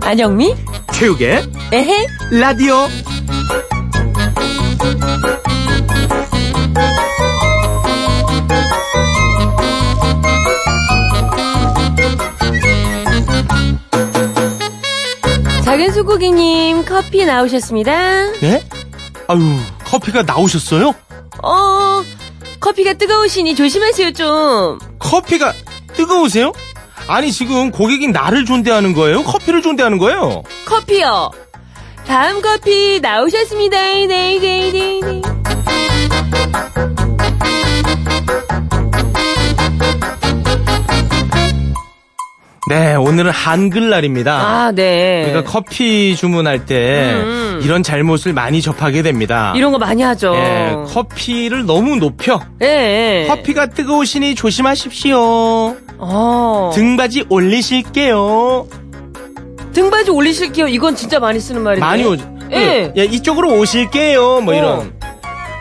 안영미? 체육의 에헤 라디오. 작은 소고기님 커피 나오셨습니다. 예? 아유, 커피가 나오셨어요? 어 커피가 뜨거우시니 조심하세요 좀. 커피가 뜨거우세요? 아니, 지금 고객인 나를 존대하는 거예요? 커피를 존대하는 거예요? 커피요. 다음 커피 나오셨습니다. 네, 네네네네. 네, 오늘은 한글날입니다. 아 네. 그러니까 커피 주문할 때 음. 이런 잘못을 많이 접하게 됩니다. 이런 거 많이 하죠. 예, 커피를 너무 높여. 예. 커피가 뜨거우시니 조심하십시오. 어. 등받이 올리실게요. 등받이 올리실게요. 이건 진짜 많이 쓰는 말인데. 많이 오죠. 예. 예, 이쪽으로 오실게요. 뭐 어. 이런.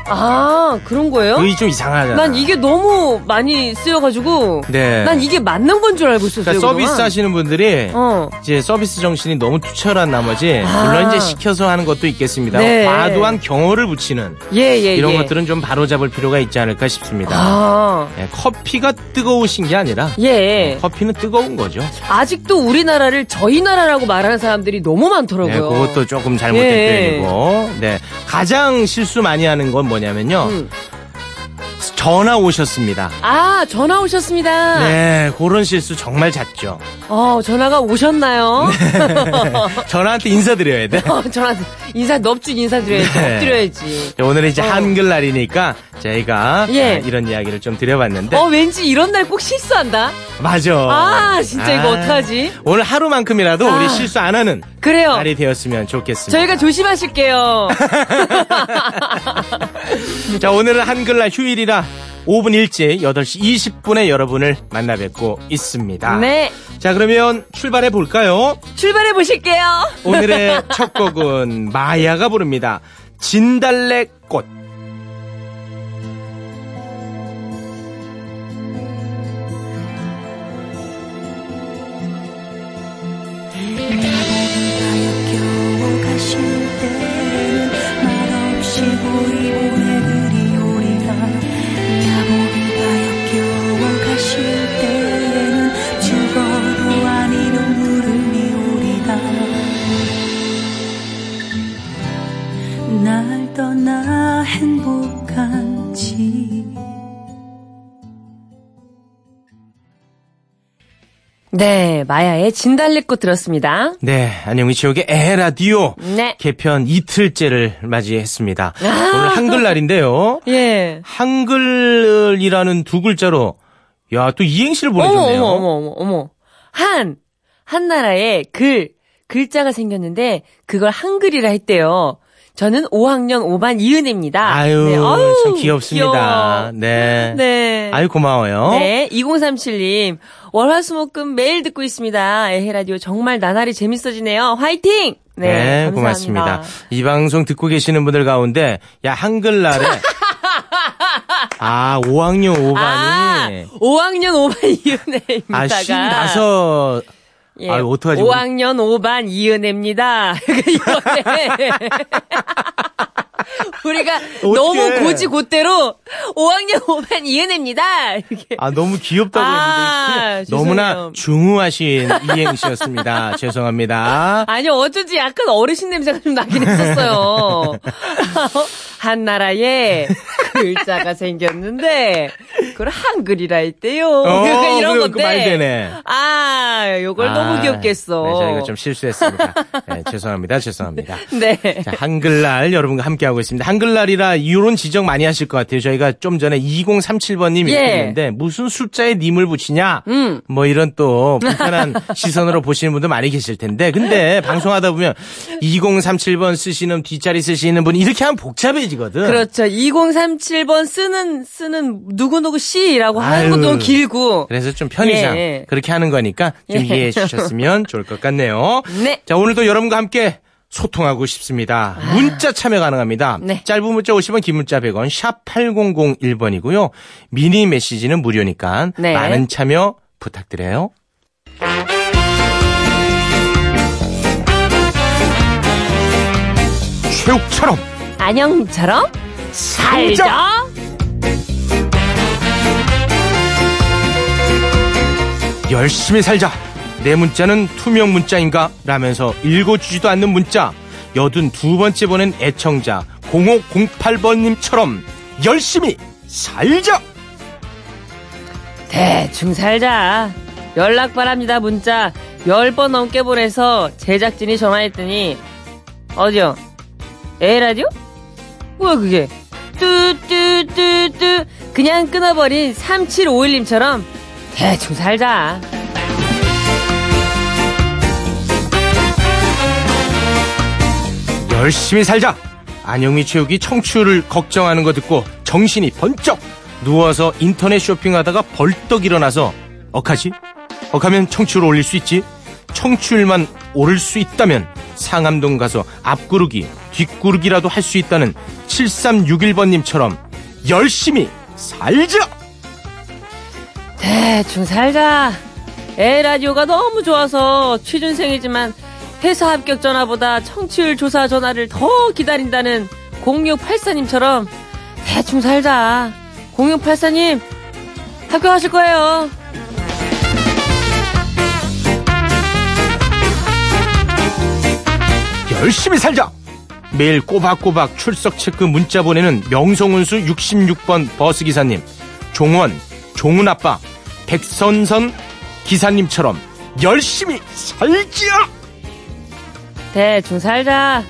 아, 그런 거예요? 그게 좀 이상하잖아. 난 이게 너무 많이 쓰여가지고. 네. 난 이게 맞는 건 줄 알고 있었어요. 그러니까 서비스 그동안. 하시는 분들이 어. 이제 서비스 정신이 너무 투철한 나머지 아. 물론 이제 시켜서 하는 것도 있겠습니다. 네. 과도한 경호를 붙이는 예, 예, 이런 예. 것들은 좀 바로잡을 필요가 있지 않을까 싶습니다. 아. 예, 커피가 뜨거우신 게 아니라 예. 커피는 뜨거운 거죠. 아직도 우리나라를 저희 나라라고 말하는 사람들이 너무 많더라고요. 네, 그것도 조금 잘못된 예. 표현이고. 네, 가장 실수 많이 하는 건 뭐냐면요. 음. 전화 오셨습니다. 아, 전화 오셨습니다. 네, 그런 실수 정말 잦죠. 어, 전화가 오셨나요? 네. 전화한테 인사드려야 돼. 어, 전화, 인사, 넙죽 인사드려야지. 네. 엎드려야지. 오늘은 이제 어. 한글날이니까 저희가 예. 아, 이런 이야기를 좀 드려봤는데 어, 왠지 이런 날 꼭 실수한다? 맞아. 아, 진짜 이거 아, 어떡하지? 오늘 하루만큼이라도 아. 우리 실수 안 하는 그래요. 날이 되었으면 좋겠습니다. 저희가 조심하실게요. 그 자, 오늘은 한글날 휴일이라 5분 일찍 8시 20분에 여러분을 만나 뵙고 있습니다. 네. 자, 그러면 출발해 볼까요? 출발해 보실게요. 오늘의 첫 곡은 마야가 부릅니다. 진달래 꽃. 나를 나 가실 때는 말없이 고이 보내드리오리라 나보기 바여 겨워 가실 때는 죽어도 아닌 눈물을 미오리다 날 떠나 행복한지 네, 마야의 진달래꽃 들었습니다. 네, 안녕히 지옥의 에라디오. 네. 개편 이틀째를 맞이했습니다. 아. 오늘 한글날인데요. 예. 한글이라는 두 글자로 야, 또 이행시를 어머, 보내줬네요. 어머, 어머, 어머, 어머. 한, 한 나라에 글, 글자가 생겼는데, 그걸 한글이라 했대요. 저는 5학년 5반 이은혜입니다. 아유, 네, 아유, 참 귀엽습니다. 귀여워. 네. 네. 아유, 어? 고마워요. 네, 2037님. 월화수목금 매일 듣고 있습니다. 에헤라디오 정말 나날이 재밌어지네요. 화이팅! 네, 감사합니다. 고맙습니다. 이 방송 듣고 계시는 분들 가운데 야 한글날에 아 5학년 5반이 아, 아, 5학년 5반 이은혜입니다가. 신나서 예, 아유, 어떡하지? 5학년 5반 이은혜입니다. 이번에 우리가 너무 고지 곧대로 5학년 5반 이은혜입니다. 이렇게. 아 너무 귀엽다고 아, 했는데 죄송해요. 너무나 중후하신 이행시였습니다. 죄송합니다. 아니요, 어쩐지 약간 어르신 냄새가 좀 나긴 했었어요. 한 나라에 글자가 생겼는데, 그걸 한글이라 했대요. 그러니까 이런 어, 그거 건데. 말 되네. 아, 요걸 너무 귀엽겠어. 네, 저희가 좀 실수했습니다. 네, 죄송합니다. 죄송합니다. 네. 자, 한글날 여러분과 함께하고 있습니다. 한글날이라 이런 지적 많이 하실 것 같아요. 저희가 좀 전에 2037번님 이렇게 예. 했는데 무슨 숫자에 님을 붙이냐? 음. 뭐 이런 또 불편한 시선으로 보시는 분들 많이 계실 텐데 근데 방송하다 보면 2037번 쓰시는 뒷자리 쓰시는 분 이렇게 하면 복잡해지거든. 그렇죠. 2037번 쓰는, 쓰는 누구누구 씨라고 하는 것도 아유. 너무 길고. 그래서 좀 편의상 예. 그렇게 하는 거니까 좀 예. 이해해 주셨으면 좋을 것 같네요. 네. 자, 오늘도 여러분과 함께 소통하고 싶습니다. 문자 참여 가능합니다. 아. 네. 짧은 문자 50원, 긴 문자 100원, 샵 8001번이고요. 미니 메시지는 무료니까 네. 많은 참여 부탁드려요. 아름다운 체육처럼 안녕처럼 살자. 열심히 살자. 내 문자는 투명 문자인가? 라면서 읽어주지도 않는 문자. 여든 두 번째 보낸 애청자 0508번님처럼 열심히 살자. 대충 살자. 연락 바랍니다. 문자 10번 넘게 보내서 제작진이 전화했더니 어디요? 에라디오? 뭐야 그게? 뚜뚜뚜뚜 그냥 끊어버린 3751님처럼 대충 살자. 열심히 살자. 안영미 체육이 청취율을 걱정하는 거 듣고 정신이 번쩍 누워서 인터넷 쇼핑하다가 벌떡 일어나서 억하지? 억하면 청취율 올릴 수 있지. 청취율만 오를 수 있다면 상암동 가서 앞구르기, 뒷구르기라도 할 수 있다는 7361번님처럼 열심히 살자. 대충 네, 살자. 애 라디오가 너무 좋아서 취준생이지만 회사 합격 전화보다 청취율 조사 전화를 더 기다린다는 0684님처럼 대충 살자. 0684님 합격하실 거예요. 열심히 살자! 매일 꼬박꼬박 출석 체크 문자 보내는 명성운수 66번 버스기사님, 종원, 종훈아빠, 백선선 기사님처럼 열심히 살자! 대충 살자.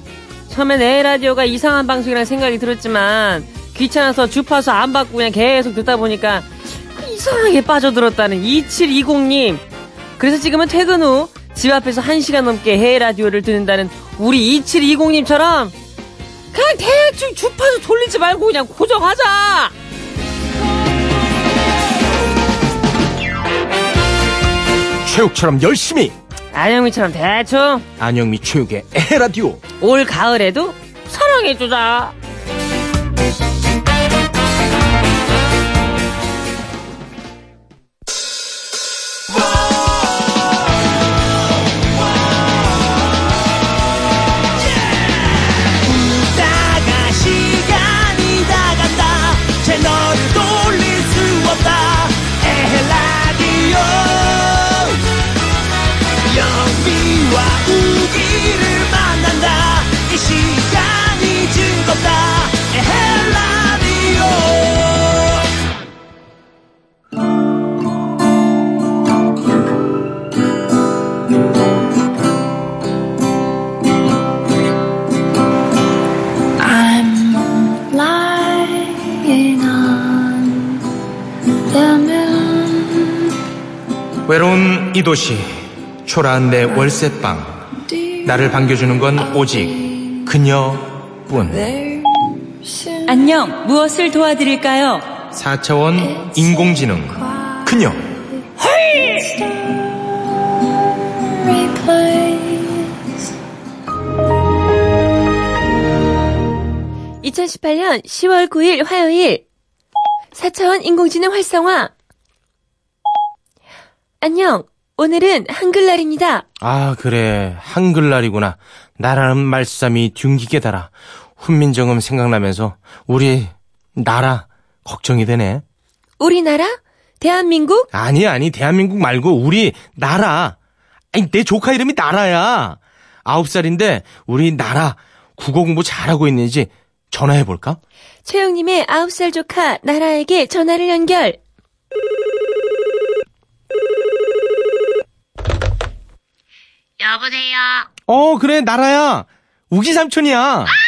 처음엔 애 라디오가 이상한 방송이라는 생각이 들었지만 귀찮아서 주파수 안 받고 그냥 계속 듣다 보니까 그 이상하게 빠져들었다는 2720님. 그래서 지금은 퇴근 후 집 앞에서 1시간 넘게 해외 라디오를 듣는다는 우리 2720님처럼 그냥 대충 주파수 돌리지 말고 그냥 고정하자. 체육처럼 열심히! 안영미처럼 대충 안영미 체육의 에라디오! 올 가을에도 사랑해주자. 다가 시간이 다 간다 제 너를 돌릴 수 없다 에헬라디오 영미와 우기를 만난다 이 시간이 즐겁다 에헬라디오 I'm lying on the moon. 외로운 이 도시, 초라한 내 월세방. 나를 반겨주는 건 오직 그녀뿐. 안녕, 무엇을 도와드릴까요? 4차원 인공지능. 그녀. Replace 2018년 10월 9일 화요일 4차원 인공지능 활성화 안녕 오늘은 한글날입니다 아, 그래. 한글날이구나. 나라는 말씀이 둥기게 달아. 훈민정음 생각나면서 우리 나라 걱정이 되네. 우리나라 대한민국 아니, 아니. 대한민국 말고 우리 나라. 아니, 내 조카 이름이 나라야. 아홉 살인데 우리 나라 국어 공부 잘하고 있는지 전화해 볼까? 최영님의 9살 조카 나라에게 전화를 연결 여보세요. 어, 그래. 나라야. 우기 삼촌이야.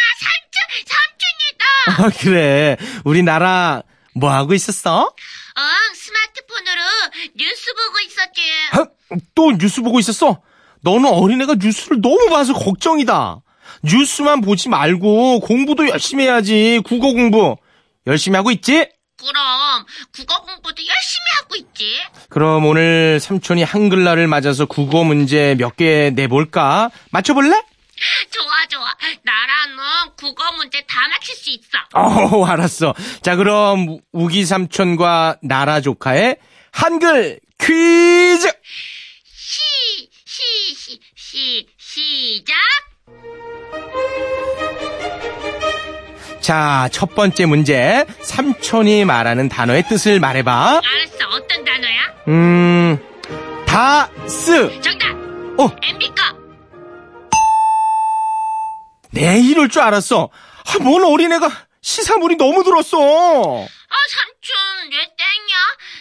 삼촌이다. 아, 그래. 우리 나라 뭐 하고 있었어? 응, 스마트폰으로 뉴스 보고 있었지. 헉, 또 뉴스 보고 있었어? 너는 어린애가 뉴스를 너무 봐서 걱정이다. 뉴스만 보지 말고 공부도 열심히 해야지. 국어 공부. 열심히 하고 있지? 그럼 국어 공부도 열심히 하고 있지. 그럼 오늘 삼촌이 한글날을 맞아서 국어 문제 몇 개 내볼까? 맞춰볼래? 좋아, 좋아. 나라는 국어 문제 다 맞힐 수 있어. 어, 알았어. 자, 그럼 우기 삼촌과 나라 조카의 한글 퀴즈! 시, 시, 시, 시, 시작. 자, 첫 번째 문제. 삼촌이 말하는 단어의 뜻을 말해봐. 알았어, 어떤 단어야? 음, 다스. 정답! 어, MB 거! 내 이럴 줄 알았어. 아, 뭔 어린애가 시사물이 너무 들었어. 아, 삼촌, 왜 땡이야?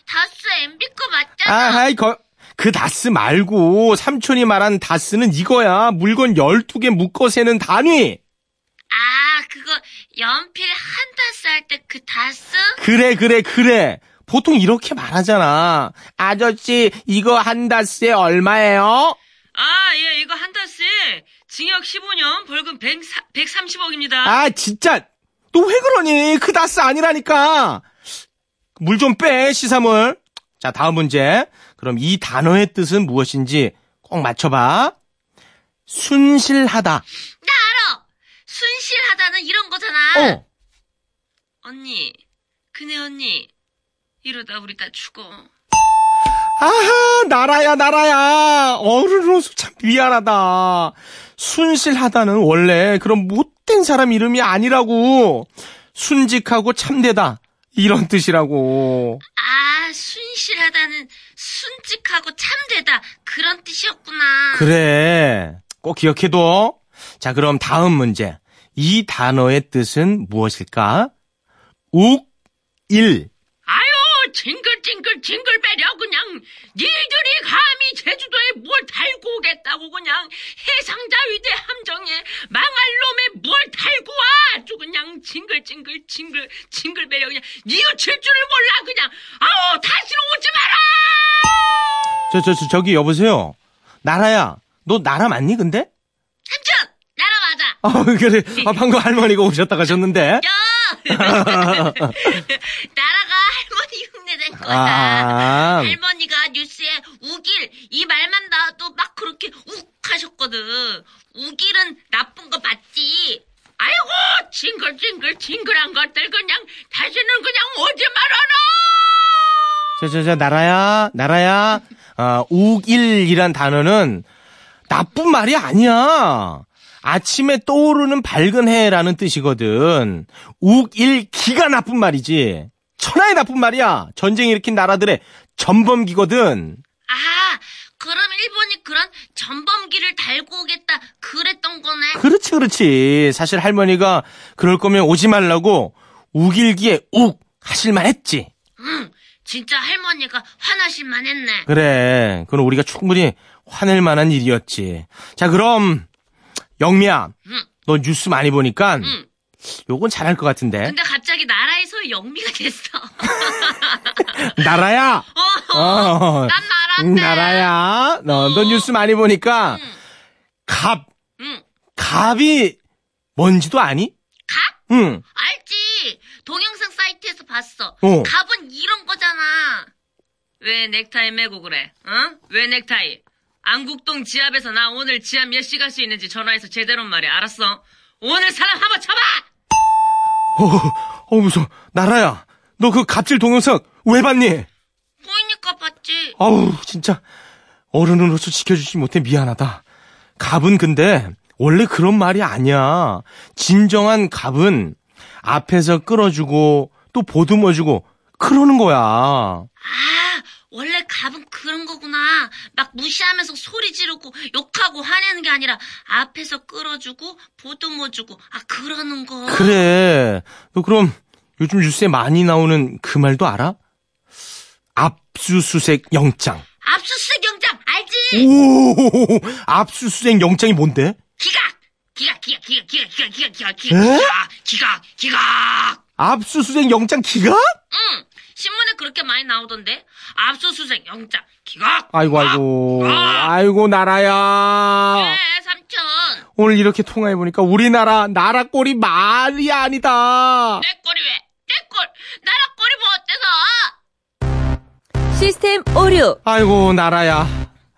다스 MB 거 아, 맞잖아. 하이, 거, 그 다스 말고 삼촌이 말한 다스는 이거야. 물건 12개 묶어 세는 단위. 아, 그거 연필 한 다스 할 때 그 다스? 그래, 그래, 그래. 보통 이렇게 말하잖아. 아저씨, 이거 한 다스에 얼마예요? 아, 예, 이거 한 다스에 징역 15년, 벌금 1 3 0억입니다 아, 진짜. 너 왜 그러니? 그 다스 아니라니까. 물 좀 빼, 시사물. 자, 다음 문제. 그럼 이 단어의 뜻은 무엇인지 꼭 맞춰봐. 순실하다. 나 알아! 순실하다는 이런 거잖아. 어. 언니, 그네 언니. 이러다 우리 다 죽어. 아하, 나라야, 나라야. 어른으로서 참 미안하다. 순실하다는 원래 그런 못된 사람 이름이 아니라고. 순직하고 참되다. 이런 뜻이라고. 아, 순실하다는 순직하고 참되다. 그런 뜻이었구나. 그래. 꼭 기억해둬. 자, 그럼 다음 문제. 이 단어의 뜻은 무엇일까? 욱, 일. 아유, 징글징글 징글배려 그냥 니들이 감히 제주도에 뭘 달고 오겠다고 그냥 해상자 위대 함정에 망할 놈에 뭘 달고 와 아주 그냥 징글징글 징글 징글배려 그냥 니우칠 줄을 몰라 그냥 아우 다시는 오지 마라 저, 저, 저, 저기 여보세요. 나라야. 너 나라 맞니, 근데? 삼촌! 나라 맞아. 아, 그래. 아, 방금 할머니가 오셨다 가셨는데. 나라가 할머니 흉내낸 거야. 아. 할머니가 뉴스에 우길 이 말만 나와도 막 그렇게 욱 하셨거든. 우길은 나쁜 거 맞지? 아이고 징글징글 징글한 것들 그냥 다시는 그냥 오지 말아라 저, 저, 저, 나라야, 나라야. 아, 욱일이란 단어는 나쁜 말이 아니야. 아침에 떠오르는 밝은 해라는 뜻이거든. 욱일 기가 나쁜 말이지. 천하의 나쁜 말이야. 전쟁 일으킨 나라들의 전범기거든. 아, 그럼 일본이 그런 전범기를 달고 오겠다 그랬던 거네. 그렇지, 그렇지. 사실 할머니가 그럴 거면 오지 말라고 욱일기에 욱 하실만 했지. 응, 진짜 할머니가 화나실만 했네. 그래. 그건 우리가 충분히 화낼 만한 일이었지. 자, 그럼 영미야. 너 뉴스 많이 보니까 요건 잘할 것 같은데. 근데 갑자기 나라에서 영미가 됐어. 나라야. 어. 난 나란데. 나라야. 너, 너 뉴스 많이 보니까 갑. 응. 갑이 뭔지도 아니? 갑? 응. 알지. 동영상 사이트에서 봤어. 어. 갑은 이런 거잖아. 왜 넥타이 매고 그래? 응? 왜 넥타이? 안국동 지압에서 나 오늘 지압 몇 시간 수 있는지 전화해서 제대로 말해. 알았어? 오늘 사람 한번 쳐봐! 어, 어 무서워. 나라야. 너 그 갑질 동영상 왜 봤니? 보이니까 봤지. 아우 진짜 어른으로서 지켜주지 못해 미안하다. 갑은 근데 원래 그런 말이 아니야. 진정한 갑은 앞에서 끌어주고 또 보듬어주고 그러는 거야. 아, 원래 갑은 그런 거구나. 막 무시하면서 소리 지르고 욕하고 화내는 게 아니라 앞에서 끌어주고 보듬어주고 아 그러는 거. 그래. 너 그럼 요즘 뉴스에 많이 나오는 그 말도 알아? 압수수색 영장. 압수수색 영장 알지? 오, 압수수색 영장이 뭔데? 기각. 기각 기각 기각 기각 기각 기각 기각 기각. 에? 기각! 기각! 압수수색 영장 기각? 응. 신문에 그렇게 많이 나오던데. 압수수색 영장 기각. 아이고 아이고 아이고 나라야. 네, 삼촌. 오늘 이렇게 통화해 보니까 우리나라 나라 꼴이 말이 아니다. 내 꼴이 왜? 내 꼴. 나라 꼴이 뭐 어때서? 시스템 오류. 아이고 나라야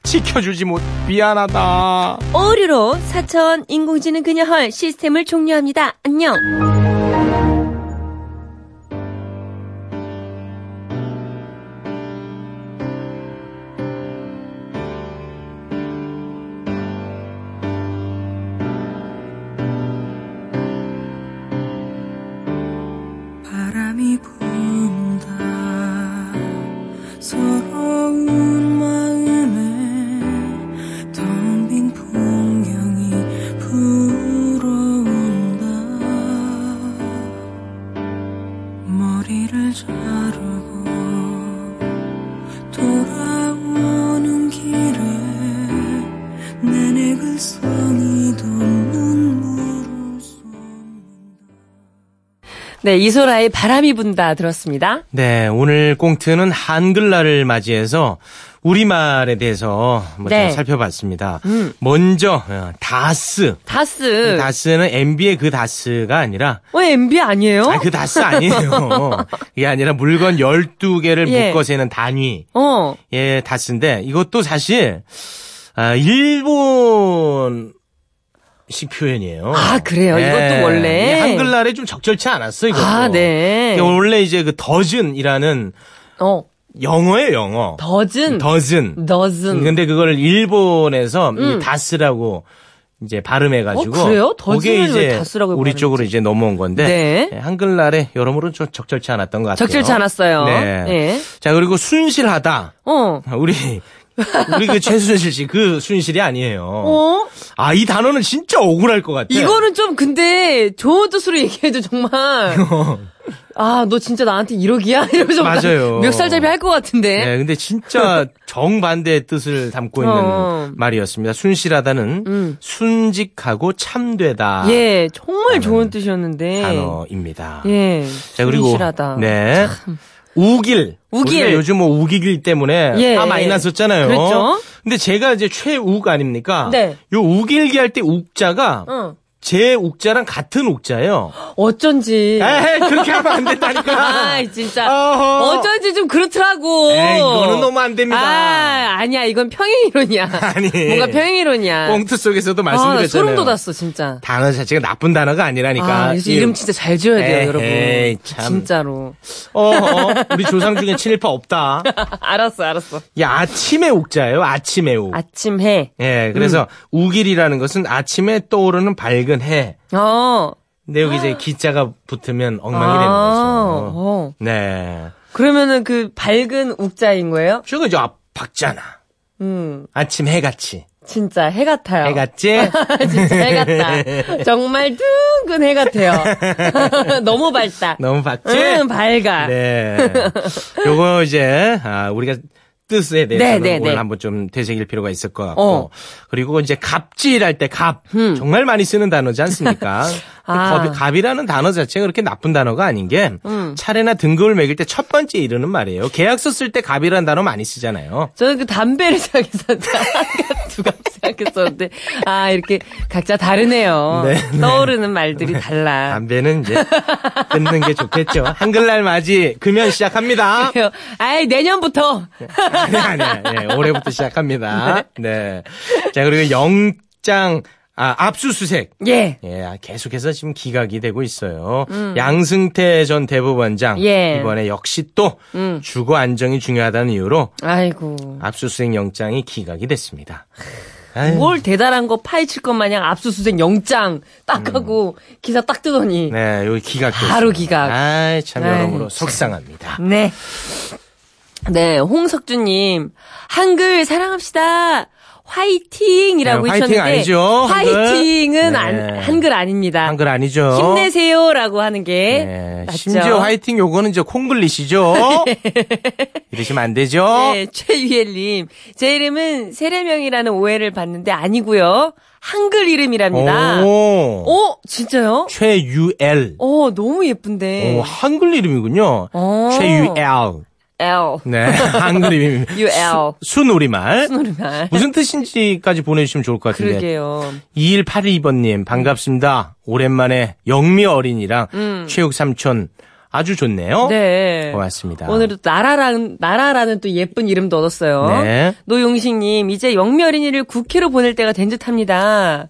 지켜주지 못 미안하다. 오류로 사차원 인공지능 그녀헐 시스템을 종료합니다. 안녕. 그 네, 이소라의 바람이 분다 들었습니다. 네, 오늘 꽁트는 한글날을 맞이해서 우리말에 대해서 먼저 네. 살펴봤습니다. 음. 그. 먼저 어, 다스. 다스. 네, 다스는 MB의 그 다스가 아니라 어, MB 아니에요? 아니, 그 다스 아니에요. 이게 아니라 물건 12개를 예. 묶어 세는 단위. 어. 예, 다스인데 이것도 사실 아, 일본식 표현이에요. 네. 아, 그래요? 이것도 원래? 이 한글날에 좀 적절치 않았어, 이것도. 아, 네. 이게 원래 이제 그 더즌이라는 어. 영어예요, 영어. 더즌. 더즌. 네. 더즌. 근데 그걸 일본에서 음. 이 다스라고 이제 발음해가지고. 어, 그래요? 더즌을 그게 왜 이제 다스라고 우리 발음했지? 쪽으로 이제 넘어온 건데. 네. 예, 한글날에 여러모로 좀 적절치 않았던 것 같아요. 적절치 않았어요. 네. 예. 자, 그리고 순실하다. 어. 아, 우리, 우리 그 최순실 씨 그 순실이 아니에요. 어? 아, 이 단어는 진짜 억울할 것 같아. 이거는 좀 근데 좋은 뜻으로 얘기해도 정말 아 너 진짜 나한테 이러기야 이러면서 막 어. 맞아요. 멱살잡이 할 것 같은데 네, 근데 진짜 정반대의 뜻을 담고 있는 어. 말이었습니다. 순실하다는 음. 순직하고 참되다 예 정말 좋은 뜻이었는데 단어입니다. 예 아. 자, 그리고 실하다 네. 우길. 우길. 우리가 요즘 뭐 우기길 때문에 예. 다 많이 났었잖아요. 그랬죠. 근데 제가 이제 최욱 아닙니까? 네. 어. 요 우길기 할 때 욱자가 응 제 욱자랑 같은 욱자예요. 어쩐지 에이, 그렇게 하면 안 된다니까. 예. 아 진짜 어허. 어쩐지 좀 그렇더라고 에이, 이거는 너무 안 됩니다. 아 아니야 이건 평행이론이야 아니. 뭔가 평행이론이야 꽁트 속에서도 아, 나 말씀드렸잖아요. 소름 돋았어 진짜 단어 자체가 나쁜 단어가 아니라니까. 아, 그래서 이름 진짜 잘 지어야 돼요, 그러니까 에이, 여러분. 에이, 참. 진짜로. 어, 어, 우리 조상 중에 친일파 없다. 알았어, 알았어. 야, 아침의 욱자예요. 아침의 욱. 아침 음. 해. 예, 그래서 우길이라는 것은 아침에 떠오르는 밝은 해. 어. 근데 여기 이제 기자가 붙으면 엉망이 되는 아, 거죠. 어. 네. 그러면은 그 밝은 욱자인 거예요? 저거 이제 앞 박잖아. 음, 아침 해 같이. 진짜 해 같아요. 해 같지? 진짜 해 같다. 정말 둥근 해 같아요. 너무 밝다. 너무 박지? 응, 밝아. 네. 요거 이제 아, 우리가 뜻에 네, 대해서 네, 네. 오늘 한번 좀 되새길 필요가 있을 것 같고 어. 음. 그리고 이제 갑질할 때 갑 정말 많이 쓰는 단어지 않습니까? 아. 근데 겁이- 갑이라는 단어 자체가 그렇게 나쁜 단어가 아닌 게 음. 차례나 등급을 매길 때 첫 번째 이르는 말이에요. 계약서 쓸 때 갑이라는 단어 많이 쓰잖아요. 저는 그 담배를 생각했었는데, 아까 두갑 생각했었는데, 아, 이렇게 각자 다르네요. 네, 네. 떠오르는 말들이 달라. 담배는 이제 끊는 게 좋겠죠. 한글날 맞이 금연 시작합니다. 그래요. 아이, 내년부터. 아니, 아니, 아니. 네, 올해부터 시작합니다. 네. 자, 그리고 영장, 아, 압수수색. 예. 예, 계속해서 지금 기각이 되고 있어요. 양승태 전 대법원장. 음. 예. 이번에 역시 또 음. 주거 안정이 중요하다는 이유로 아이고. 압수수색 영장이 기각이 됐습니다. 아유, 뭘 대단한 거 파헤칠 것 마냥 압수수색 영장 딱 하고 기사 딱 뜨더니. 네. 음. 네, 여기 기각됐어요. 바로 기각. 네. 아이, 참 아이, 참. 여러모로 속상합니다. 네. 홍석주님. 한글 사랑합시다. 화이팅이라고 네, 화이팅 해주셨는데 아니죠, 한글? 화이팅은 네. 안- 한글 아닙니다. 한글 아니죠? 힘내세요라고 하는 게 네, 맞죠. 심지어 화이팅 요거는 이제 콩글리시죠? 이러시면 안 되죠? 네, 최유혜님. 제 이름은 세례명이라는 오해를 받는데 아니고요. 한글 이름이랍니다. 오. 어, 진짜요? 최유엘. 어, 너무 예쁜데. 어. 오, 한글 이름이군요. 네. 오. 최유엘. L. 네, 한글 이름. UL. 순우리말. 순우리말. 무슨 뜻인지까지 보내주시면 좋을 것 같은데. 그러게요. 2182번님, 반갑습니다. 오랜만에 영미 어린이랑 최욱 삼촌. 아주 좋네요. 음. 네. 고맙습니다. 오늘도 나라라는, 나라라는 또 예쁜 이름도 얻었어요. 네. 노용식님, 이제 영미 어린이를 국회로 보낼 때가 된 듯 합니다.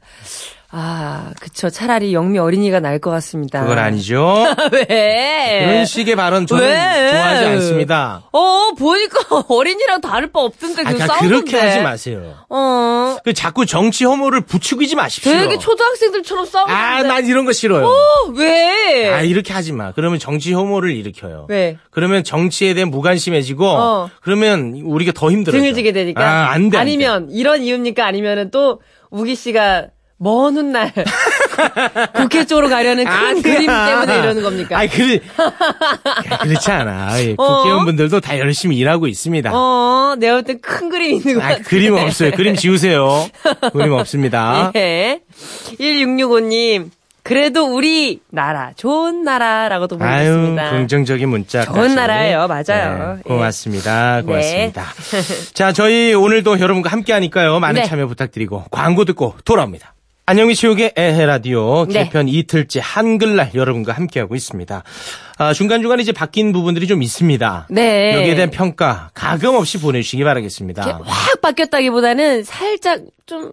아, 그쵸. 차라리 영미 어린이가 나을 것 같습니다. 그건 아니죠. 왜? 이런 식의 발언 저는 네. 왜? 좋아하지 않습니다. 어, 보니까 어린이랑 다를 바 없던데 아, 계속 그러니까 싸우던데. 그렇게 하지 마세요. 어. 그 자꾸 정치 혐오를 부추기지 마십시오. 되게 초등학생들처럼 싸우는데. 아, 난 이런 거 싫어요. 어, 왜? 아, 이렇게 하지 마. 그러면 정치 혐오를 일으켜요. 왜? 그러면 정치에 대한 무관심해지고, 네. 어. 그러면 우리가 더 힘들어요. 등을 지게 되니까. 아, 안 돼. 안 돼. 아니면 이런 이유입니까? 아니면은 또 우기 씨가 먼 훗날 국회 쪽으로 가려는 큰 아니야. 그림 때문에 이러는 겁니까? 아니, 그, 그렇지 않아. 예, 국회의원분들도 다 열심히 일하고 있습니다. 어, 네. 내가 볼 땐 큰 그림이 있는 것 아, 같아. 그림 아. 네. 없어요. 그림 지우세요. 그림 없습니다. 예. 1665님. 그래도 우리 나라 좋은 나라라고도 아유, 보내겠습니다. 긍정적인 문자. 네, 좋은 나라예요. 맞아요. 예. 고맙습니다. 네. 고맙습니다. 자, 저희 오늘도 여러분과 함께 하니까요. 많은 네. 참여 부탁드리고 광고 듣고 돌아옵니다. 안녕히 치우게 에헤라디오 네. 개편 이틀째 한글날 여러분과 함께하고 있습니다. 아, 중간중간 이제 바뀐 부분들이 좀 있습니다. 네. 여기에 대한 평가 가감 없이 보내주시기 바라겠습니다. 확 바뀌었다기보다는 살짝 좀,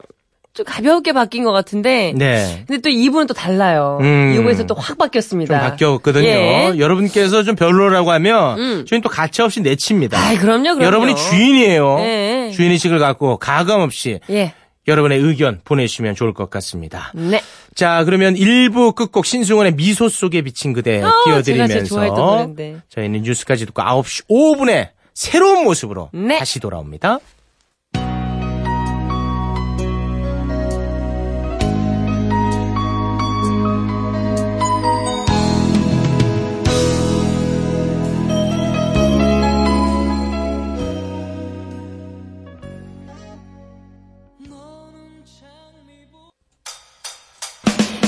좀 가볍게 바뀐 것 같은데. 네. 근데 또 2부는 또 달라요. 음. 이 2부에서 또 확 바뀌었습니다. 좀 바뀌었거든요. 예. 여러분께서 좀 별로라고 하면 음. 저희는 또 가차없이 내칩니다. 아이, 그럼요, 그럼요. 여러분이 주인이에요. 네. 주인의식을 갖고 가감 없이 예. 여러분의 의견 보내주시면 좋을 것 같습니다. 네. 자, 그러면 1부 끝곡 신승원의 미소 속에 비친 그대 아, 제가 제일 좋아했던 띄워드리면서 노래인데. 저희는 뉴스까지 듣고 9시 5분에 새로운 모습으로 네. 다시 돌아옵니다.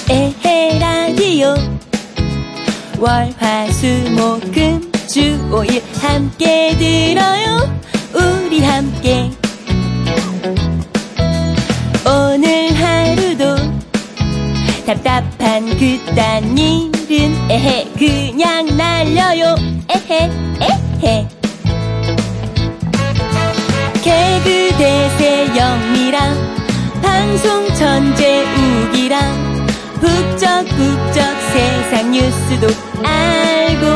에헤 라디오 월화수목금 주오일 함께 들어요 우리 함께 오늘 하루도 답답한 그딴 일은 에헤 그냥 날려요 에헤 에헤 개그 대세 영미랑 방송 천재 우기랑 북적북적 세상 뉴스도 알고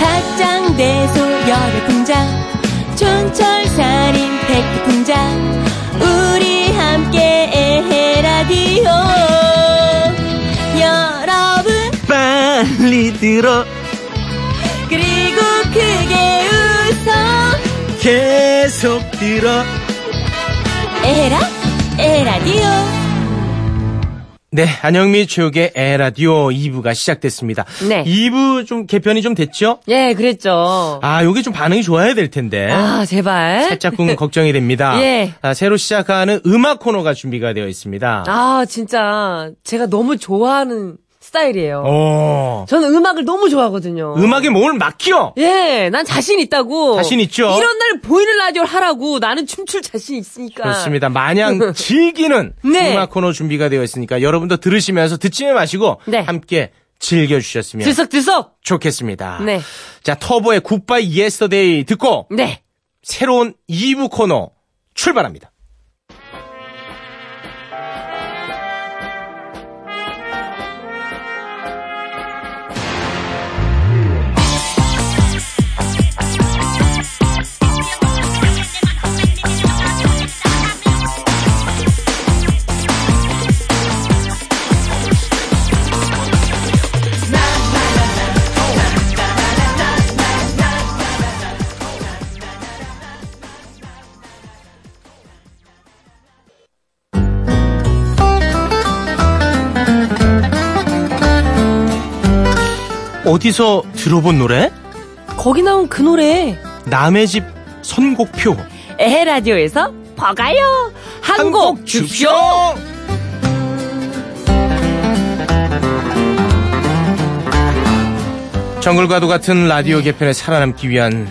박장대소 열애풍장 촌철살인 팩트풍장 우리 함께 에헤라디오 여러분 빨리 들어 그리고 크게 웃어 계속 들어 에헤라 에헤라디오 네, 안영미 최욱의 에라디오 2부가 시작됐습니다. 네. 2부 좀 개편이 좀 됐죠? 예, 그랬죠. 아, 아, 요게 좀 반응이 좋아야 될 텐데. 제발. 살짝 금 걱정이 됩니다. 네. 예. 아, 새로 시작하는 음악 코너가 준비가 되어 있습니다. 아, 진짜 제가 너무 좋아하는 스타일이에요. 오. 저는 음악을 너무 좋아하거든요. 어. 음악에 몸을 맡겨! 예, 난 자신 있다고. 자신 있죠? 이런 날 보이는 라디오를 하라고. 나는 춤출 자신 있으니까. 그렇습니다. 마냥 즐기는 네. 음악 코너 준비가 되어 있으니까 여러분도 들으시면서 듣지 마시고 네. 함께 즐겨주셨으면 들썩들썩. 좋겠습니다. 네. 자, 터보의 굿바이 예스터데이 듣고 네. 새로운 2부 코너 출발합니다. 어디서 들어본 노래? 거기 나온 그 노래. 남의 집 선곡표. 에헤 라디오에서 버가요. 한 곡 줍쇼. 정글과도 같은 라디오 개편에 살아남기 위한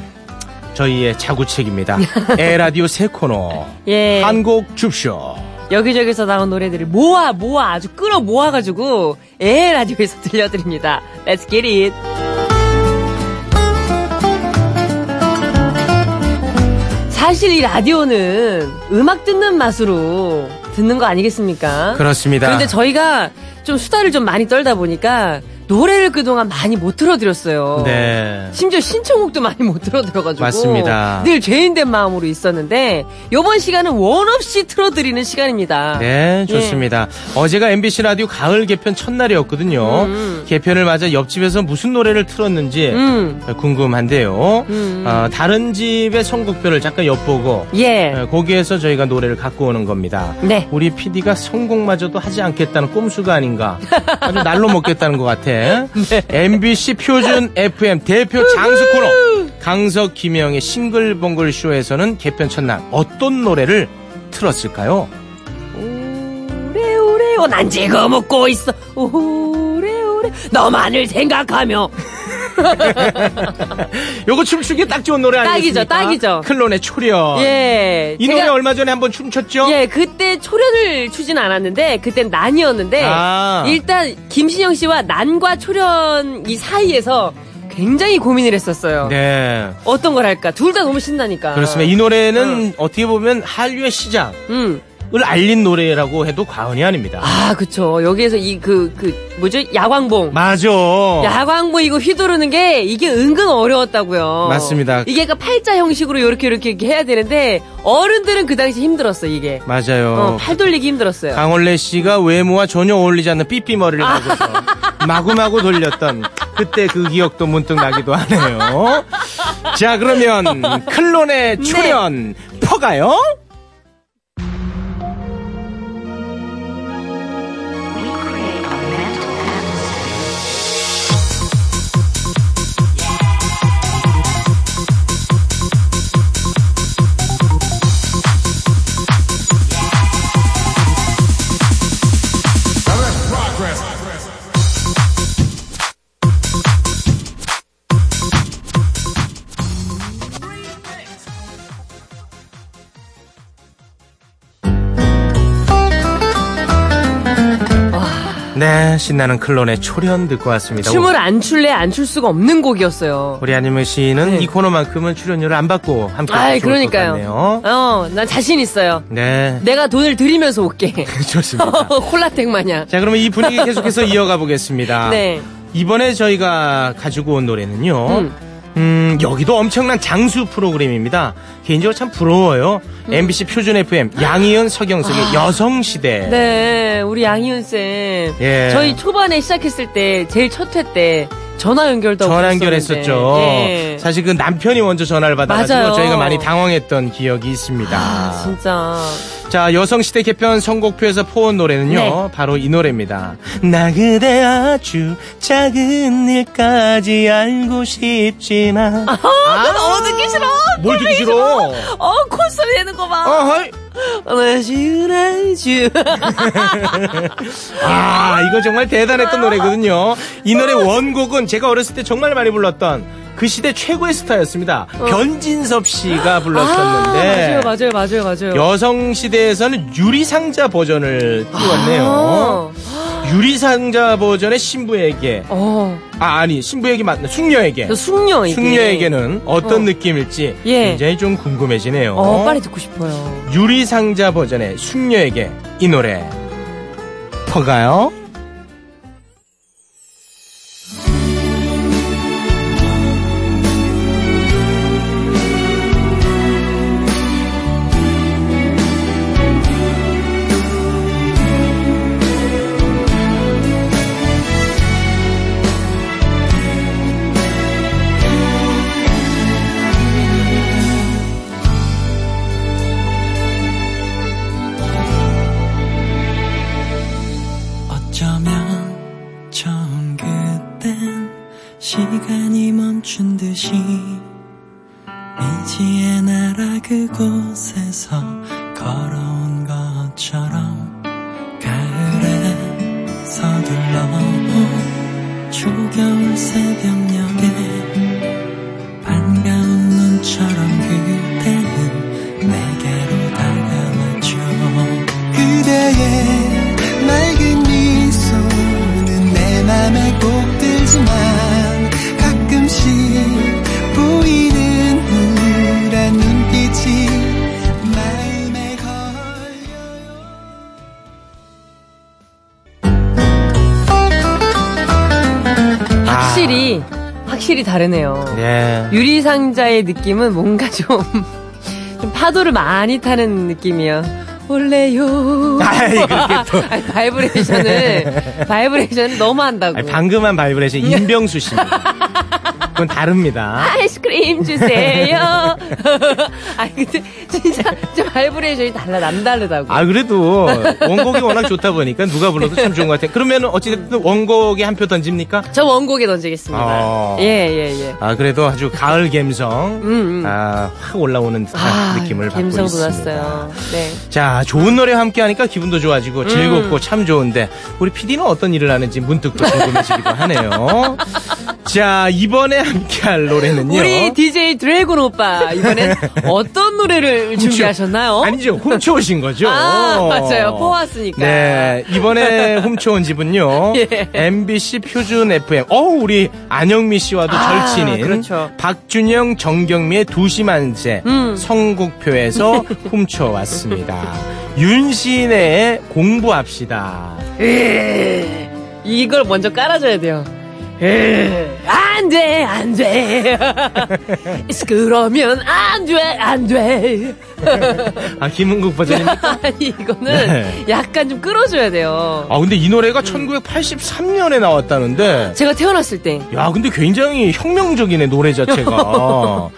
저희의 자구책입니다. 에라디오 새 코너. 예. 한곡 줍쇼. 여기저기서 나온 노래들을 모아 모아 아주 끌어 모아가지고 에헤 라디오에서 들려드립니다. Let's get it. 사실 이 라디오는 음악 듣는 맛으로 듣는 거 아니겠습니까? 그렇습니다. 그런데 저희가 좀 수다를 좀 많이 떨다 보니까 노래를 그동안 많이 못 틀어드렸어요. 네. 심지어 신청곡도 많이 못 들어들어가지고 맞습니다. 늘 죄인된 마음으로 있었는데 이번 시간은 원 없이 틀어드리는 시간입니다. 네, 좋습니다. 예. 어제가 MBC 라디오 가을 개편 첫날이었거든요. 개편을 맞아 옆집에서 무슨 노래를 틀었는지 음. 궁금한데요. 어, 다른 집의 선곡표를 잠깐 엿보고 예. 네, 거기에서 저희가 노래를 갖고 오는 겁니다. 네. 우리 PD가 성공마저도 하지 않겠다는 꼼수가 아닌가. 아주 날로 먹겠다는 것 같아. 네. MBC 표준 FM 대표 장수 코너 강석 김영의 싱글벙글 쇼에서는 개편 첫날 어떤 노래를 틀었을까요? 오래오래 그리고 어, 난 지금 웃고 있어. 오래오래 너만을 생각하며. 요거 춤추기 딱 좋은 노래 딱이죠, 아니겠습니까? 딱이죠. 클론의 초련. 예. 어. 이 노래 얼마 전에 한번 춤췄죠? 예, 그때 초련을 추진 않았는데 그땐 난이었는데 아. 일단 김신영 씨와 난과 초련 이 사이에서 굉장히 고민을 했었어요. 네. 어떤 걸 할까? 둘 다 너무 신나니까. 그렇습니다. 이 노래는 어떻게 보면 한류의 시작을 음. 알린 노래라고 해도 과언이 아닙니다. 아, 그쵸. 여기에서 이 그, 그, 뭐죠? 야광봉. 맞아. 어. 야광봉 이거 휘두르는 게 이게 은근 어려웠다고요. 맞습니다. 이게 그 팔자 형식으로 이렇게 이렇게 이렇게 해야 되는데 어른들은 그 당시 힘들었어 이게. 어, 맞아요. 팔 돌리기 힘들었어요. 강원래 씨가 외모와 전혀 어울리지 않는 삐삐 머리를 아. 하고서 마구마구 돌렸던 그때 그 기억도 문득 나기도 하네요. 자, 그러면 네. 클론의 출연 퍼가요? 네, 신나는 클론의 출연 듣고 왔습니다. 춤을 안 출래 안 출 수가 없는 곡이었어요. 우리 아니면 네. 씨는 이 코너만큼은 출연료를 안 받고 함께 아이 해주실 것 그러니까요. 같네요. 어, 난 자신 있어요. 네, 내가 돈을 들이면서 올게. 좋습니다. 콜라텍 마냥. 자, 그러면 이 분위기 계속해서 이어가 보겠습니다. 네. 이번에 저희가 가지고 온 노래는요. 음. 음. 여기도 엄청난 장수 프로그램입니다. 개인적으로 참 부러워요. 음. MBC 표준 FM 양희은 서경석의 여성 시대. 아. 네, 우리 양희은 쌤. 예. 저희 초반에 시작했을 때 제일 첫 회 때 전화 연결도 하고 전화 그랬었는데. 연결했었죠. 예. 사실 그 남편이 먼저 전화를 받아가지고 맞아요. 저희가 많이 당황했던 기억이 있습니다. 아, 진짜. 자, 여성시대 개편 선곡표에서 포온 노래는요, 네. 바로 이 노래입니다. 나 그대 아주 작은 일까지 알고 싶지만. 아, 나 너무 듣기 싫어. 뭘 듣기 싫어? 어, 콧소리 내는 거 어, 봐. 헐. 나주, 나주. 아, 이거 정말 대단했던 노래거든요. 이 노래 어. 원곡은 제가 어렸을 때 정말 많이 불렀던 그 시대 최고의 스타였습니다. 변진섭 씨가 불렀었는데. 아, 어. 맞아요, 맞아요, 맞아요, 맞아요. 여성시대에서는 유리상자 버전을 띄웠네요. 아, 유리상자 버전의 신부에게, 어, 아, 아니, 신부에게 맞나, 숙녀에게. 저그 숙녀에게. 숙녀에게는 어떤 어. 느낌일지 예. 굉장히 좀 궁금해지네요. 어, 빨리 듣고 싶어요. 유리상자 버전의 숙녀에게 이 노래 퍼가요. 어쩌면 처음 그땐 시간이 멈춘 듯이 미지의 나라 그곳에서 걸어온 것처럼 가을에 서둘러 온 초겨울 새벽녘에 반가운 눈처럼 그대는 내게로 다가왔죠 그대의 맑은 미소는 내 맘에 꼭 들지만 가끔씩 보이는 우울한 눈빛이 마음에 걸려요 아, 아. 확실히, 확실히 다르네요. 네. 유리상자의 느낌은 뭔가 좀, 좀 파도를 많이 타는 느낌이요. 올래요. 아이, 그렇게 또. 아니, 바이브레이션을, 바이브레이션을 너무 한다고. 아니, 방금 한 바이브레이션 네. 임병수 씨. 그건 다릅니다. 아이스크림 주세요. 아니 근데 진짜 저 바이브레이션이 달라 남다르다고. 아, 그래도 원곡이 워낙 좋다 보니까 누가 불러도 참 좋은 것 같아요. 그러면 어찌됐든 원곡에 한 표 던집니까? 저 원곡에 던지겠습니다. 어. 예 예예. 아, 그래도 아주 가을 감성. 음, 음. 아, 확 올라오는 듯한 아, 느낌을 받고 감성 있습니다. 돋았어요. 음. 네. 자, 아, 좋은 노래 함께 하니까 기분도 좋아지고 즐겁고 참 좋은데 우리 PD는 어떤 일을 하는지 문득 또 궁금해지기도 하네요. 자, 이번에 함께 할 노래는요. 우리 DJ 드래곤 오빠 이번엔 어떤 노래를 준비하셨나요? 아니죠. 훔쳐오신 거죠. 아, 맞아요. 뽑았으니까. 네. 이번에 훔쳐온 집은요. 예. MBC 표준 FM. 어우, 우리 안영미 씨와도 아, 절친인. 그렇죠. 음. 박준영, 정경미의 두심한 새. 성국표에서 훔쳐왔습니다. 윤신의 공부합시다. 이걸 먼저 깔아줘야 돼요. 안 돼, 안 돼. 그러면 안 돼, 안 돼. 아, 김은국 네. 버전입니다. 아니, 이거는 네. 약간 좀 끌어줘야 돼요. 아, 근데 이 노래가 1983년에 나왔다는데. 제가 태어났을 때. 야, 근데 굉장히 혁명적이네, 노래 자체가.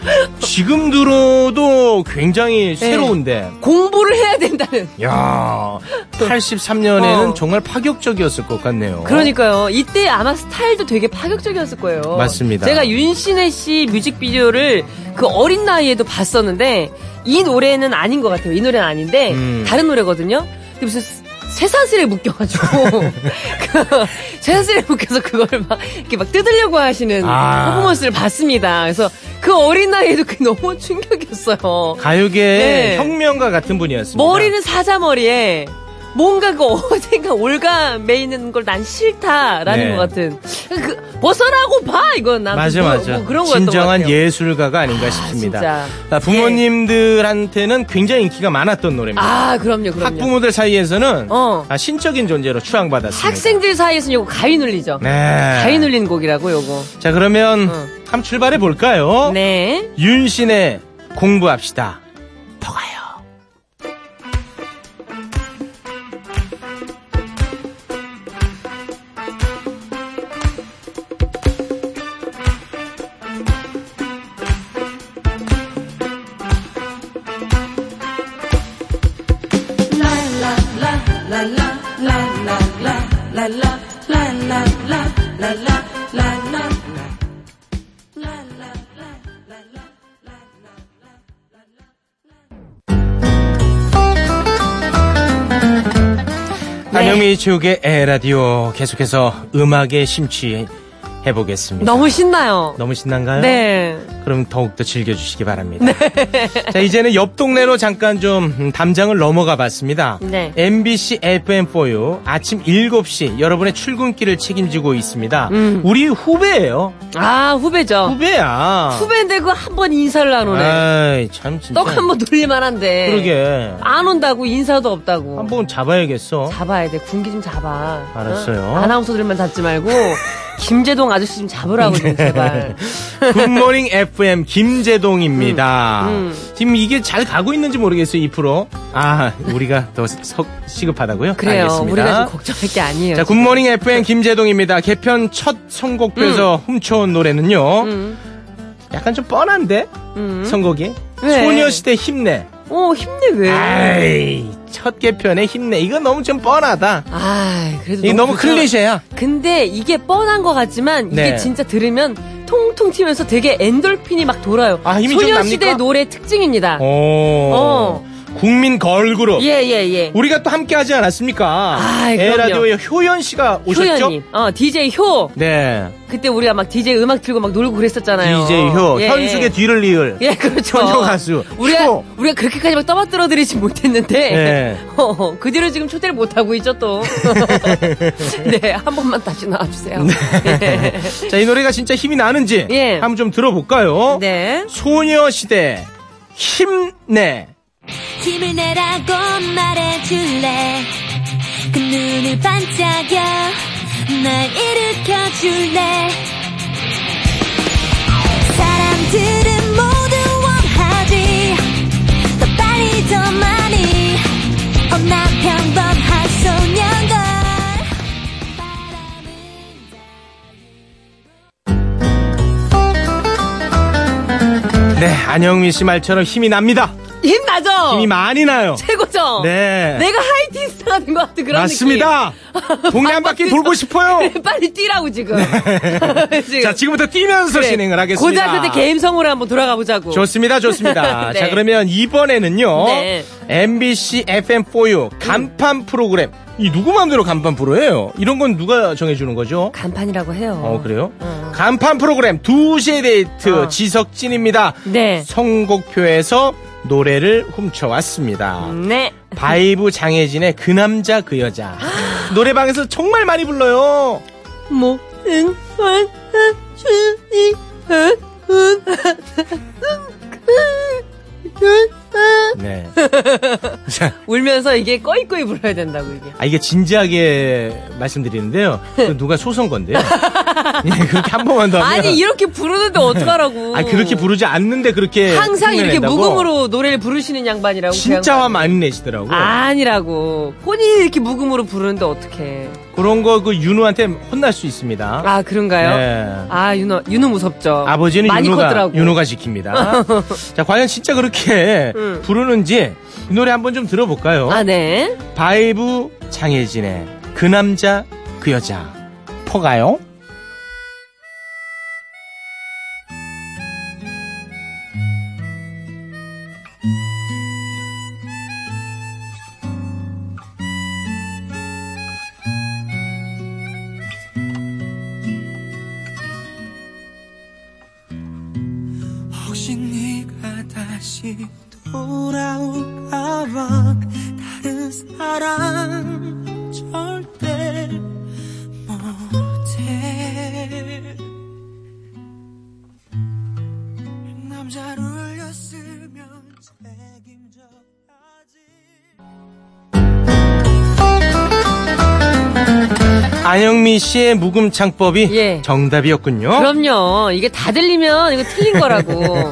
지금 들어도 네. 굉장히 새로운데. 공부를 해야 된다는. 야 83년에는 어. 정말 파격적이었을 것 같네요. 그러니까요. 이때 아마 스타일도 되게 파격적이었을 거예요. 맞습니다. 제가 윤신혜 씨 뮤직비디오를 그 어린 나이에도 봤었는데 이 노래는 아닌 것 같아요. 이 노래는 아닌데 음. 다른 노래거든요. 근데 무슨 스- 쇠사슬에 묶여가지고 그 쇠사슬에 묶여서 그걸 막 이렇게 막 뜯으려고 하시는 아. 퍼포먼스를 봤습니다. 그래서 그 어린 나이에도 그게 너무 충격이었어요. 가요계의 네. 혁명가 같은 분이었습니다. 머리는 사자머리에 뭔가 그 어딘가 올감에 있는 걸 난 싫다라는 네. 것 같은 그 벗어나고 봐 이건 나 맞아 뭐, 맞아. 뭐 그런 거였던 것 진정한 같아요. 예술가가 아닌가 싶습니다. 진짜. 아, 부모님들한테는 굉장히 인기가 많았던 노래입니다. 아 그럼요 그럼요. 학부모들 사이에서는 어. 아, 신적인 존재로 추앙받았습니다. 학생들 사이에서는 요거 가위 눌리죠. 네. 가위 눌린 곡이라고 요거. 자 그러면 어. 함 출발해 볼까요? 네. 윤신의 공부합시다. 더 가요. 네. 안영미 체육의 에라디오 계속해서 음악에 심취해 보겠습니다. 너무 신나요. 너무 신난가요? 네. 그럼 더욱더 즐겨주시기 바랍니다. 자, 이제는 옆 동네로 잠깐 좀 음, 담장을 넘어가 봤습니다. 네. MBC FM4U 아침 7시 여러분의 출근길을 책임지고 있습니다. 음. 우리 후배예요. 아 후배죠. 후배야. 후배인데 그 한 번 인사를 안 오네. 아이, 참 진짜. 떡 한 아. 번 돌릴만한데. 그러게. 안 온다고 인사도 없다고. 한번 잡아야겠어. 잡아야 돼. 군기 좀 잡아. 알았어요. 어? 아나운서들만 잡지 말고 김재동 아저씨 좀 잡으라고 네. 좀 제발. 굿모닝 FM 음, 김재동입니다. 지금 이게 잘 가고 있는지 모르겠어요, 이 프로. 아, 우리가 더 석, 시급하다고요? 그래요. 알겠습니다. 우리가 지금 걱정할 게 아니에요. 자, 굿모닝 FM 김재동입니다. 개편 첫 선곡표에서 음. 훔쳐온 노래는요. 약간 좀 뻔한데? 음. 선곡이? 왜? 소녀시대 힘내. 음. 어 힘내 왜? 아이, 첫 개편에 힘내. 이건 너무 좀 뻔하다. 아 그래도 이거 너무 좋죠. 클리셰야. 근데 이게 뻔한 것 같지만 네. 이게 진짜 들으면 통통 튀면서 되게 엔돌핀이 막 돌아요. 아, 힘이 좀 소녀시대 납니까? 노래 특징입니다. 오. 아. 어. 국민 걸그룹. 예예 예. 우리가 또 함께 하지 않았습니까? 아이, 그럼요. 에라디오의 효연 씨가 오셨죠? 효연님, 어 DJ 효. 네. 그때 우리가 막 DJ 음악 틀고 막 놀고 그랬었잖아요. DJ 효. 예. 현숙의 뒤를 이을. 예, 그렇죠. 전효 가수. 우리가, 효. 우리가 그렇게까지 막 떠받들어드리진 못했는데, 네. 어, 그대로 지금 초대를 못하고 있죠, 또. 네, 한 번만 다시 나와주세요. 네. 자, 이 노래가 진짜 힘이 나는지 예. 한번 좀 들어볼까요? 네. 소녀시대 힘내. 힘을 내라고 말해줄래 그 눈을 반짝여 날 일으켜줄래 사람들은 모두 원하지 더 빨리 더 많이 어나 평범한 소년걸 네, 안영미 씨 말처럼 힘이 납니다. 힘나죠? 힘이 많이 나요. 최고죠? 네. 내가 하이틴스타가 된 것 같은 그런 맞습니다. 느낌. 동네 한 바퀴 돌고 싶어요. 빨리 뛰라고 지금. 지금. 네. 자, 지금부터 뛰면서 네. 그래. 진행을 하겠습니다. 고등학교 때 게임성으로 한번 돌아가 보자고. 좋습니다, 좋습니다. 네. 자, 그러면 이번에는요. 네. MBC FM4U 간판 프로그램. 이 누구 마음대로 간판 프로예요? 이런 건 누가 정해주는 거죠? 간판이라고 해요. 어, 그래요? 어. 간판 프로그램 두시의 데이트 어. 지석진입니다. 네. 선곡표에서 노래를 훔쳐왔습니다. 네. 바이브 장혜진의 그 남자 그 여자. 아. 노래방에서 정말 많이 불러요. 뭐, 응, 응, 응, 응, 응, 응, 응. 네. 자, 울면서 이게 꺼이꺼이 불러야 된다고 이게. 아, 이게 진지하게 말씀드리는데요. 그거 누가 소선 건데요. 예, 그렇게 한 번만 더 하면. 네. 아니 이렇게 부르는데 어떡하라고. 아니, 그렇게 부르지 않는데 그렇게. 항상 이렇게 흉내낸다고? 묵음으로 노래를 부르시는 양반이라고. 진짜 그냥- 아. 화 많이 내시더라고요. 아니라고. 혼이 이렇게 묵음으로 부르는데 어떡해. 그런 거 그 윤우한테 혼날 수 있습니다. 아, 그런가요? 네. 아, 윤호, 윤호 무섭죠. 아버지는 많이 윤호가, 컸더라고. 윤호가 지킵니다. 자, 과연 진짜 그렇게 음. 부르는지 이 노래 한번 좀 들어볼까요? 아, 네. 바이브 장혜진의 그 남자, 그 여자. 포가요? 혹시 네가 다시 돌아올까봐 다른 사람 절대 못해 남자를 울렸으면 책임져야지 안영미 씨의 묵음 창법이 예. 정답이었군요. 그럼요. 이게 다 들리면 이거 틀린 거라고.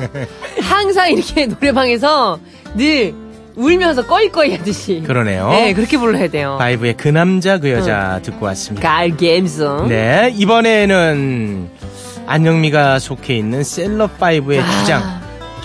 항상 이렇게 노래방에서 늘 울면서 꺼이꺼이 하듯이. 그러네요. 네, 그렇게 불러야 돼요. 바이브의 그 남자, 그 여자 듣고 왔습니다. 갈겜송. 네, 이번에는 안영미가 속해 있는 셀럽5의 아. 주장,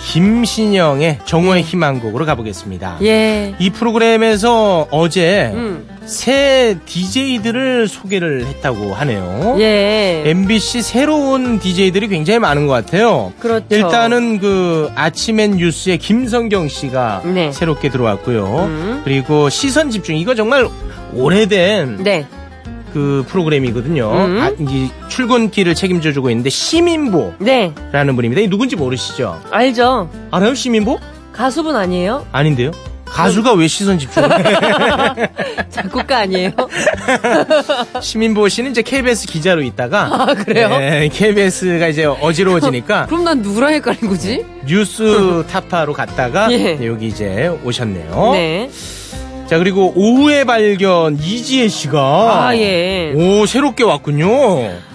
김신영의 정호의 희망곡으로 가보겠습니다. 예. 이 프로그램에서 어제 음. 새 DJ들을 소개를 했다고 하네요. 예. MBC 새로운 DJ들이 굉장히 많은 것 같아요. 그렇죠. 일단은 그 아침엔 뉴스에 김성경 씨가 네. 새롭게 들어왔고요. 음. 그리고 시선 집중 이거 정말 오래된 네. 그 프로그램이거든요. 음. 아, 이 출근길을 책임져 주고 있는데 시민보라는 네. 분입니다. 이 누군지 모르시죠? 알죠. 알아요, 시민보? 가수분 아니에요? 아닌데요. 가수가 왜 시선 집중을? 작곡가 아니에요? 시민보 씨는 이제 KBS 기자로 있다가 아, 그래요? KBS가 이제 어지러워지니까 그럼 난 누구랑 헷갈린 거지? 뉴스 타파로 갔다가 예. 네, 여기 이제 오셨네요. 네. 자 그리고 오후에 발견 이지혜 씨가 아, 예. 어. 오 새롭게 왔군요.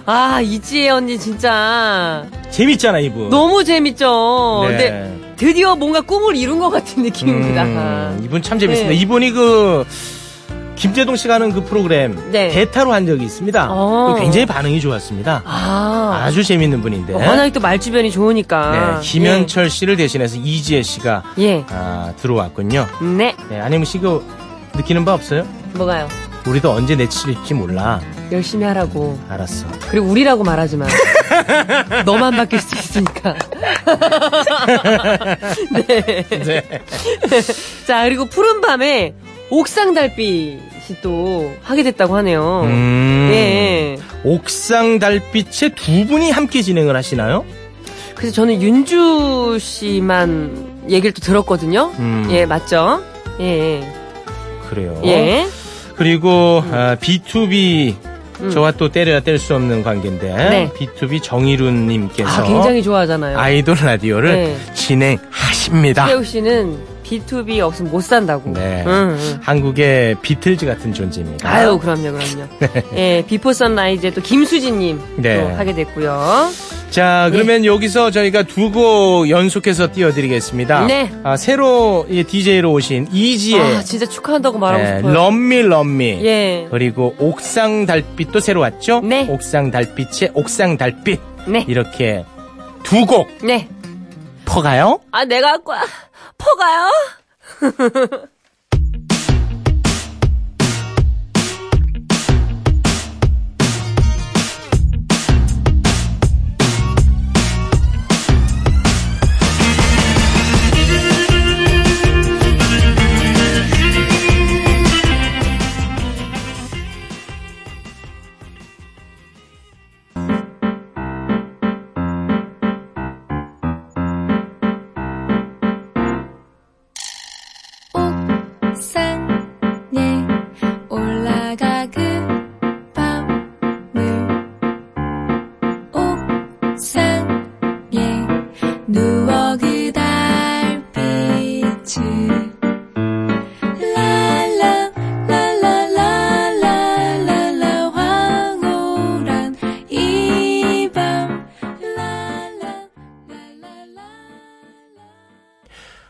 아, 이지혜 언니 진짜 재밌잖아 이분. 너무 재밌죠. 네. 근데 드디어 뭔가 꿈을 이룬 것 같은 느낌입니다. 음, 이분 참 재밌습니다. 네. 이분이 그 김재동 씨가 하는 그 프로그램 네. 대타로 한 적이 있습니다. 어. 그 굉장히 반응이 좋았습니다. 아, 아주 재밌는 분인데. 워낙에 예. 또 말주변이 좋으니까. 네, 김현철 씨를 대신해서 이지혜 씨가 예. 아, 들어왔군요. 예. 네, 네, 안혜미 씨 그 느끼는 바 없어요? 뭐가요? 우리도 언제 내칠지 몰라. 열심히 하라고. 알았어. 그리고 우리라고 말하지 마. 너만 바뀔 수 있으니까. 네. 자, 그리고 푸른 밤에 옥상 달빛이 또 하게 됐다고 하네요. 음. 어. 예. 옥상 달빛에 두 분이 함께 진행을 하시나요? 그래서 저는 윤주 씨만 얘기를 또 들었거든요. 음. 어? 예, 맞죠? 예. 그래요. 예. 그리고 아, B2B 음. 저와 또 때려야 뗄 수 없는 관계인데 네. B2B 정일훈 님께서 아, 굉장히 좋아하잖아요. 아이돌 라디오를 네. 예. 진행하십니다. 태욱 씨는 B2B 없으면 못 산다고. 아. 네. 응, 응. 한국의 비틀즈 같은 존재입니다. 아유, 그럼요, 그럼요. 예, 비포 선라이즈의 또 김수진님 네. 또 하게 됐고요. 예. 자, 그러면 여기서 저희가 두 곡 연속해서 띄워드리겠습니다. 네. 아, 새로 DJ로 오신 이지의 아, 진짜 축하한다고 말하고 예. 네, 싶어요. 럼미 럼미. 예. 그리고 옥상 달빛도 새로 왔죠? 네. 옥상 달빛의 옥상 달빛. 네. 이렇게 두 곡 네. 퍼가요? 아, 내가 할 거야. 퍼가요? 옥상에 올라가 그 밤을 옥상에 누워 그 달빛을 랄라 랄라랄라랄라 황홀한 이밤 랄라 랄라랄라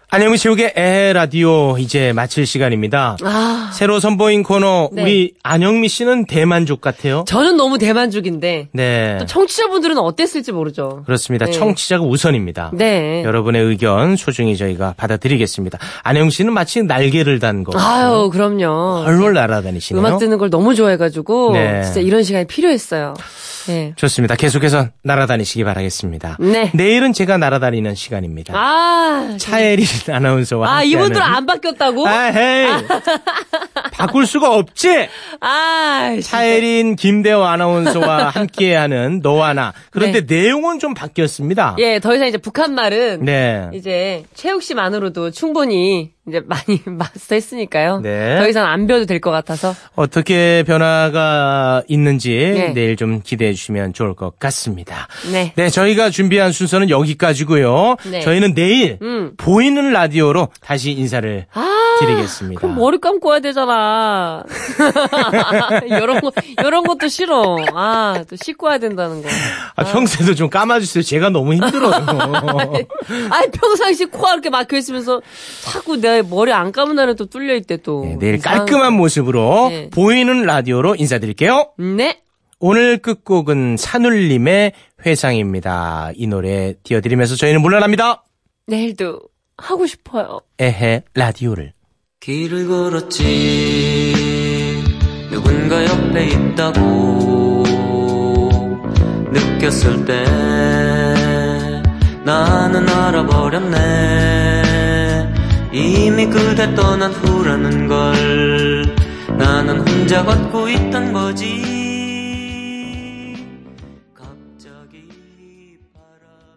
안녕히 체육의 에 라디오 이제 마칠 시간입니다. 아, 새로 선보인 코너 네. 우리 안영미 씨는 대만족 같아요. 저는 너무 대만족인데 네. 또 청취자분들은 어땠을지 모르죠. 그렇습니다. 네. 청취자가 우선입니다. 네. 여러분의 의견 소중히 저희가 받아드리겠습니다. 안영 씨는 마치 날개를 단 거. 아유, 그럼요. 헐헐 날아다니시네요. 음악 듣는 걸 너무 좋아해가지고 네. 진짜 이런 시간이 필요했어요. 네. 좋습니다. 계속해서 날아다니시기 바라겠습니다. 네. 내일은 제가 날아다니는 시간입니다. 아, 차예린 아나운서와 아 함께하는- 이분들 안 바뀌었다고? 네, 아, 헤이. 바꿀 수가 없지. 아, 차예린 김대호 아나운서와 함께하는 너와 나. 그런데 내용은 좀 바뀌었습니다. 네. 예, 더 이상 이제 북한 말은 네. 이제 최욱 씨만으로도 충분히 이제 많이 마스터했으니까요. 네. 더 이상 안 배워도 될 것 같아서. 어떻게 변화가 있는지 네. 내일 좀 기대해 주시면 좋을 것 같습니다. 네. 저희가 준비한 순서는 여기까지고요. 네. 저희는 내일 음. 보이는 라디오로 다시 인사를 아, 드리겠습니다. 그럼 머리 감고 와야 되잖아. 이런 거, 이런 것도 싫어. 아, 또 씻고 와야 된다는 거. 아, 평소에도 좀 감아주세요. 제가 너무 힘들어요. 아니, 평상시 코가 이렇게 막혀있으면서 자꾸 내 머리 안 감은 날은 또 뚫려있대 또. 네, 내일 이상한 깔끔한 모습으로 네. 보이는 라디오로 인사드릴게요. 거. 네. 오늘 끝곡은 산울림의 회상입니다. 이 노래 띄워드리면서 저희는 물러납니다. 내일도 하고 싶어요. 에헤 라디오를. 길을 걸었지 누군가 옆에 있다고 느꼈을 때 나는 알아버렸네 이미 그대 떠난 후라는 걸 나는 혼자 걷고 있던 거지